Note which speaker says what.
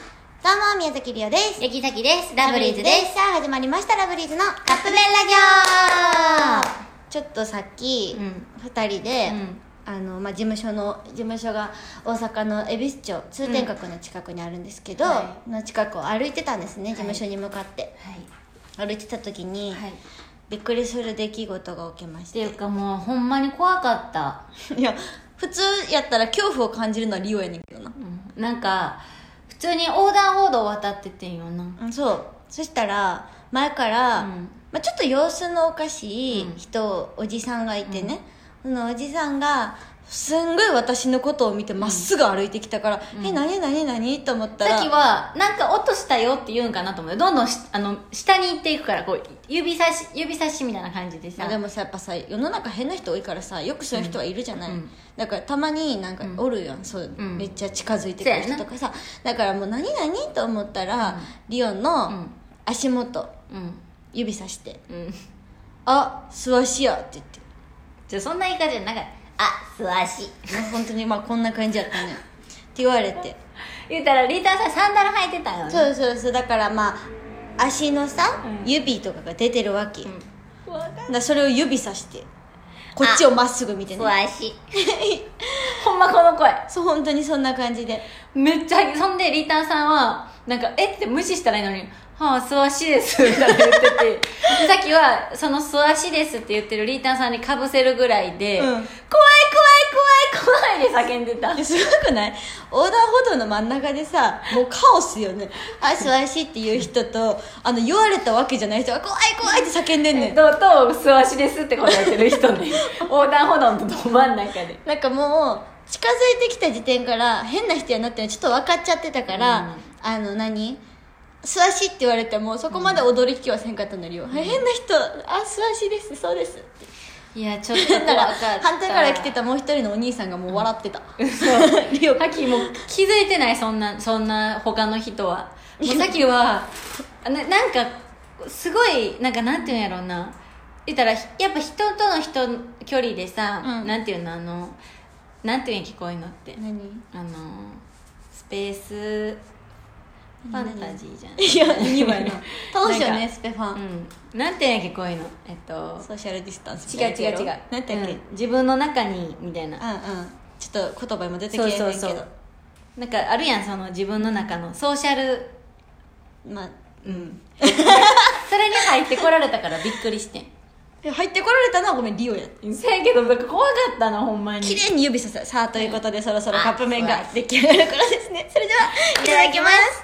Speaker 1: どうも、宮崎りおです。
Speaker 2: ゆきさきです。ラブリーズです。
Speaker 1: す。さあ、始まりました、ラブリーズの
Speaker 2: カップ麺ラ
Speaker 1: ちょっとさっき、
Speaker 2: うん
Speaker 1: 二人で、
Speaker 2: うん
Speaker 1: あのまあ、事務所の事務所が大阪の恵比寿町通天閣の近くにあるんですけど、
Speaker 2: うんは
Speaker 1: の近くを歩いてたんですね、
Speaker 2: い
Speaker 1: 事務所に向かって
Speaker 2: ジ
Speaker 1: 歩いてた時に、
Speaker 2: オはい。
Speaker 1: びっくりする出来事が起きまし
Speaker 2: ってていうかもう、ほんまに怖かった。
Speaker 1: いや普通やったら恐怖を感じるのはリオやねんけどな
Speaker 2: うんなんか、普通に横断歩道渡っててんよな。
Speaker 1: うんそうそしたら前から、
Speaker 2: うん
Speaker 1: まあ、ちょっと様子のおかしい
Speaker 2: うん
Speaker 1: 人、おじさんがいてね、そのおじさんがすんごい私のことを見てまっすぐ歩いてきたから「え何何何?」と思ったら
Speaker 2: さっきは、なんか落としたよって言うんかなと思うよどんどんし、あの、下に行っていくから、こう、指差し、指差しみたいな感じで
Speaker 1: ま
Speaker 2: さ。
Speaker 1: あでもさやっぱさ世の中変な人多いからさよくそういう人はいるじゃない、
Speaker 2: うん
Speaker 1: だからたまになんかおるやん、そう、
Speaker 2: うん
Speaker 1: めっちゃ近づいてくる
Speaker 2: そうや
Speaker 1: 人
Speaker 2: な
Speaker 1: とかさだからもう何何と思ったら、リオン
Speaker 2: う
Speaker 1: の
Speaker 2: ん。
Speaker 1: 足元
Speaker 2: うん。
Speaker 1: 指さして
Speaker 2: うん。
Speaker 1: 「あ素足や」って言って
Speaker 2: じゃあそんな言い方じゃなかった。あ、素足。
Speaker 1: もう本当にまあこんな感じやったねって言われて
Speaker 2: 言ったら、リーターさんサンダル履いてたよね。
Speaker 1: そうそうそうだからまあ足のさ、
Speaker 2: うん
Speaker 1: 指とかが出てるわけ、
Speaker 2: うん。
Speaker 1: だからそれを指さしてこっちをまっすぐ見て
Speaker 2: 素
Speaker 1: ね
Speaker 2: 足。 ほんまこの声。
Speaker 1: そう本当にそんな感じで
Speaker 2: めっちゃそんでリーターさんはなんか「えっ?」て無視したらいいのに「はあ素足です」みたいな言ってて さっきはその「素足です」って言ってるリーターさんにかぶせるぐらいで「
Speaker 1: うん
Speaker 2: 怖い怖い怖い怖い」で叫んでた
Speaker 1: いやすごくない横断歩道の真ん中でさもうカオスよね「あしわし」っていう人とあの言われたわけじゃない人が「怖い怖い」って叫んでんねん
Speaker 2: とうとう素足ですってことやってる人 ね横断歩道のど真ん中で
Speaker 1: なんかもう近づいてきた時点から変な人やなってのちょっと分かっちゃってたから、
Speaker 2: うん
Speaker 1: あの何素足って言われてもそこまで踊りきはせんかったのによ、変な人あ素足ですそうですって
Speaker 2: いやちょっと
Speaker 1: 言っ
Speaker 2: 怖
Speaker 1: た
Speaker 2: から った
Speaker 1: 反対から来てたもう一人のお兄さんがもう笑ってた、 リオ
Speaker 2: さっきもう気づいてないそんなそんな他の人はもうさっきはななんかすごいなんかなんていうんやろうな言ったらひやっぱ人との人の距離でさ、
Speaker 1: うん
Speaker 2: なんていうのあのなんていうんや聞こえんのって
Speaker 1: 何
Speaker 2: あのスペースファンタジーじゃ ん
Speaker 1: いや2倍の楽しいよ
Speaker 2: なん
Speaker 1: ね
Speaker 2: か
Speaker 1: スペファン、
Speaker 2: うんなんていうんや聞こえんのえっと
Speaker 1: ソーシャルディスタンス
Speaker 2: 違う違う
Speaker 1: 何
Speaker 2: 違う
Speaker 1: だっけ、うん、うん
Speaker 2: うん自分の中にみたいな
Speaker 1: ちょっと言葉今出てき
Speaker 2: そ
Speaker 1: て
Speaker 2: う
Speaker 1: へんけ
Speaker 2: そ
Speaker 1: ど
Speaker 2: うそうなんかあるやんその自分の中のソーシャル
Speaker 1: まあ
Speaker 2: うん、 それに入ってこられたからびっくりしてん
Speaker 1: え入ってこられたのはごめんリオやって
Speaker 2: せやけどなんか怖かったなほんまに
Speaker 1: 綺麗に指させさあということでそろそろカップ麺
Speaker 2: あ
Speaker 1: が
Speaker 2: 素
Speaker 1: 出来上がる頃ですねそれではいただきます